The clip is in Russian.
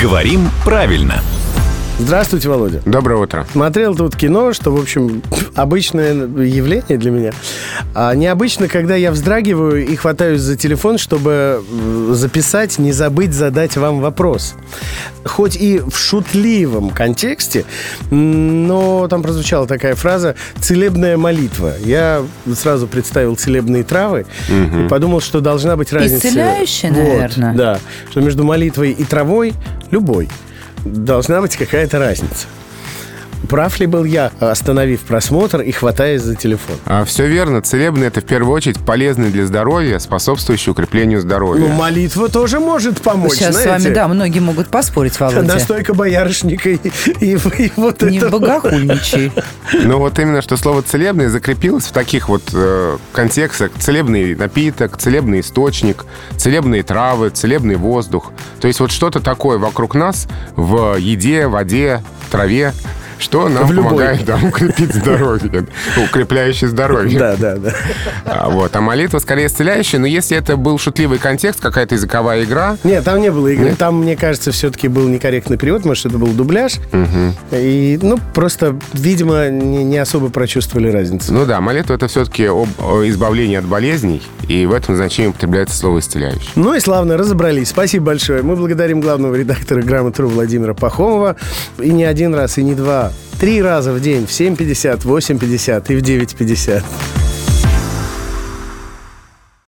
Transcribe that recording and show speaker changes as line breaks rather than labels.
Говорим правильно.
Здравствуйте, Володя.
Доброе утро.
Смотрел тут кино, что, в общем, обычное явление для меня. А необычно, когда я вздрагиваю и хватаюсь за телефон, чтобы м, записать, не забыть задать вам вопрос. Хоть и в шутливом контексте, м, но там прозвучала такая фраза «целебная молитва». Я сразу представил целебные травы и подумал, что должна быть разница.
Исцеляющая,
Вот,
наверное.
да, что между молитвой и травой, любой, должна быть какая-то разница. Прав ли был я, остановив просмотр и хватаясь за телефон?
все А, верно. Целебные это в первую очередь полезны для здоровья, способствующие укреплению
Ну,
здоровья.
молитва тоже может помочь,
Сейчас с
знаете.
вами, да, многие могут поспорить, Володя.
Настойка боярышника и, и- и вот
Не
это.
богохульничай.
Но вот именно что слово целебное закрепилось в таких вот э, контекстах: целебный напиток, целебный источник, целебные травы, целебный воздух. То есть, вот что-то такое вокруг нас в еде, воде, траве. Что нам
В любой.
помогает да, укрепить здоровье, укрепляющее здоровье.
Да, да, да.
А, вот. а молитва скорее исцеляющая, но если это был шутливый контекст, какая-то языковая игра,
Нет, там не было игры. Там, мне кажется, все-таки был некорректный перевод, может, это был дубляж. И, ну, просто, видимо, не, не особо прочувствовали разницу.
Ну да, молитва это все-таки об о избавлении от болезней, и в этом значении употребляется слово исцеляющий.
Ну и славно, разобрались. Спасибо большое. Мы благодарим главного редактора «Грамотру» Владимира Пахомова. И не один раз, и не два. Три раза в день в 7.50, 8.50 и в 9.50.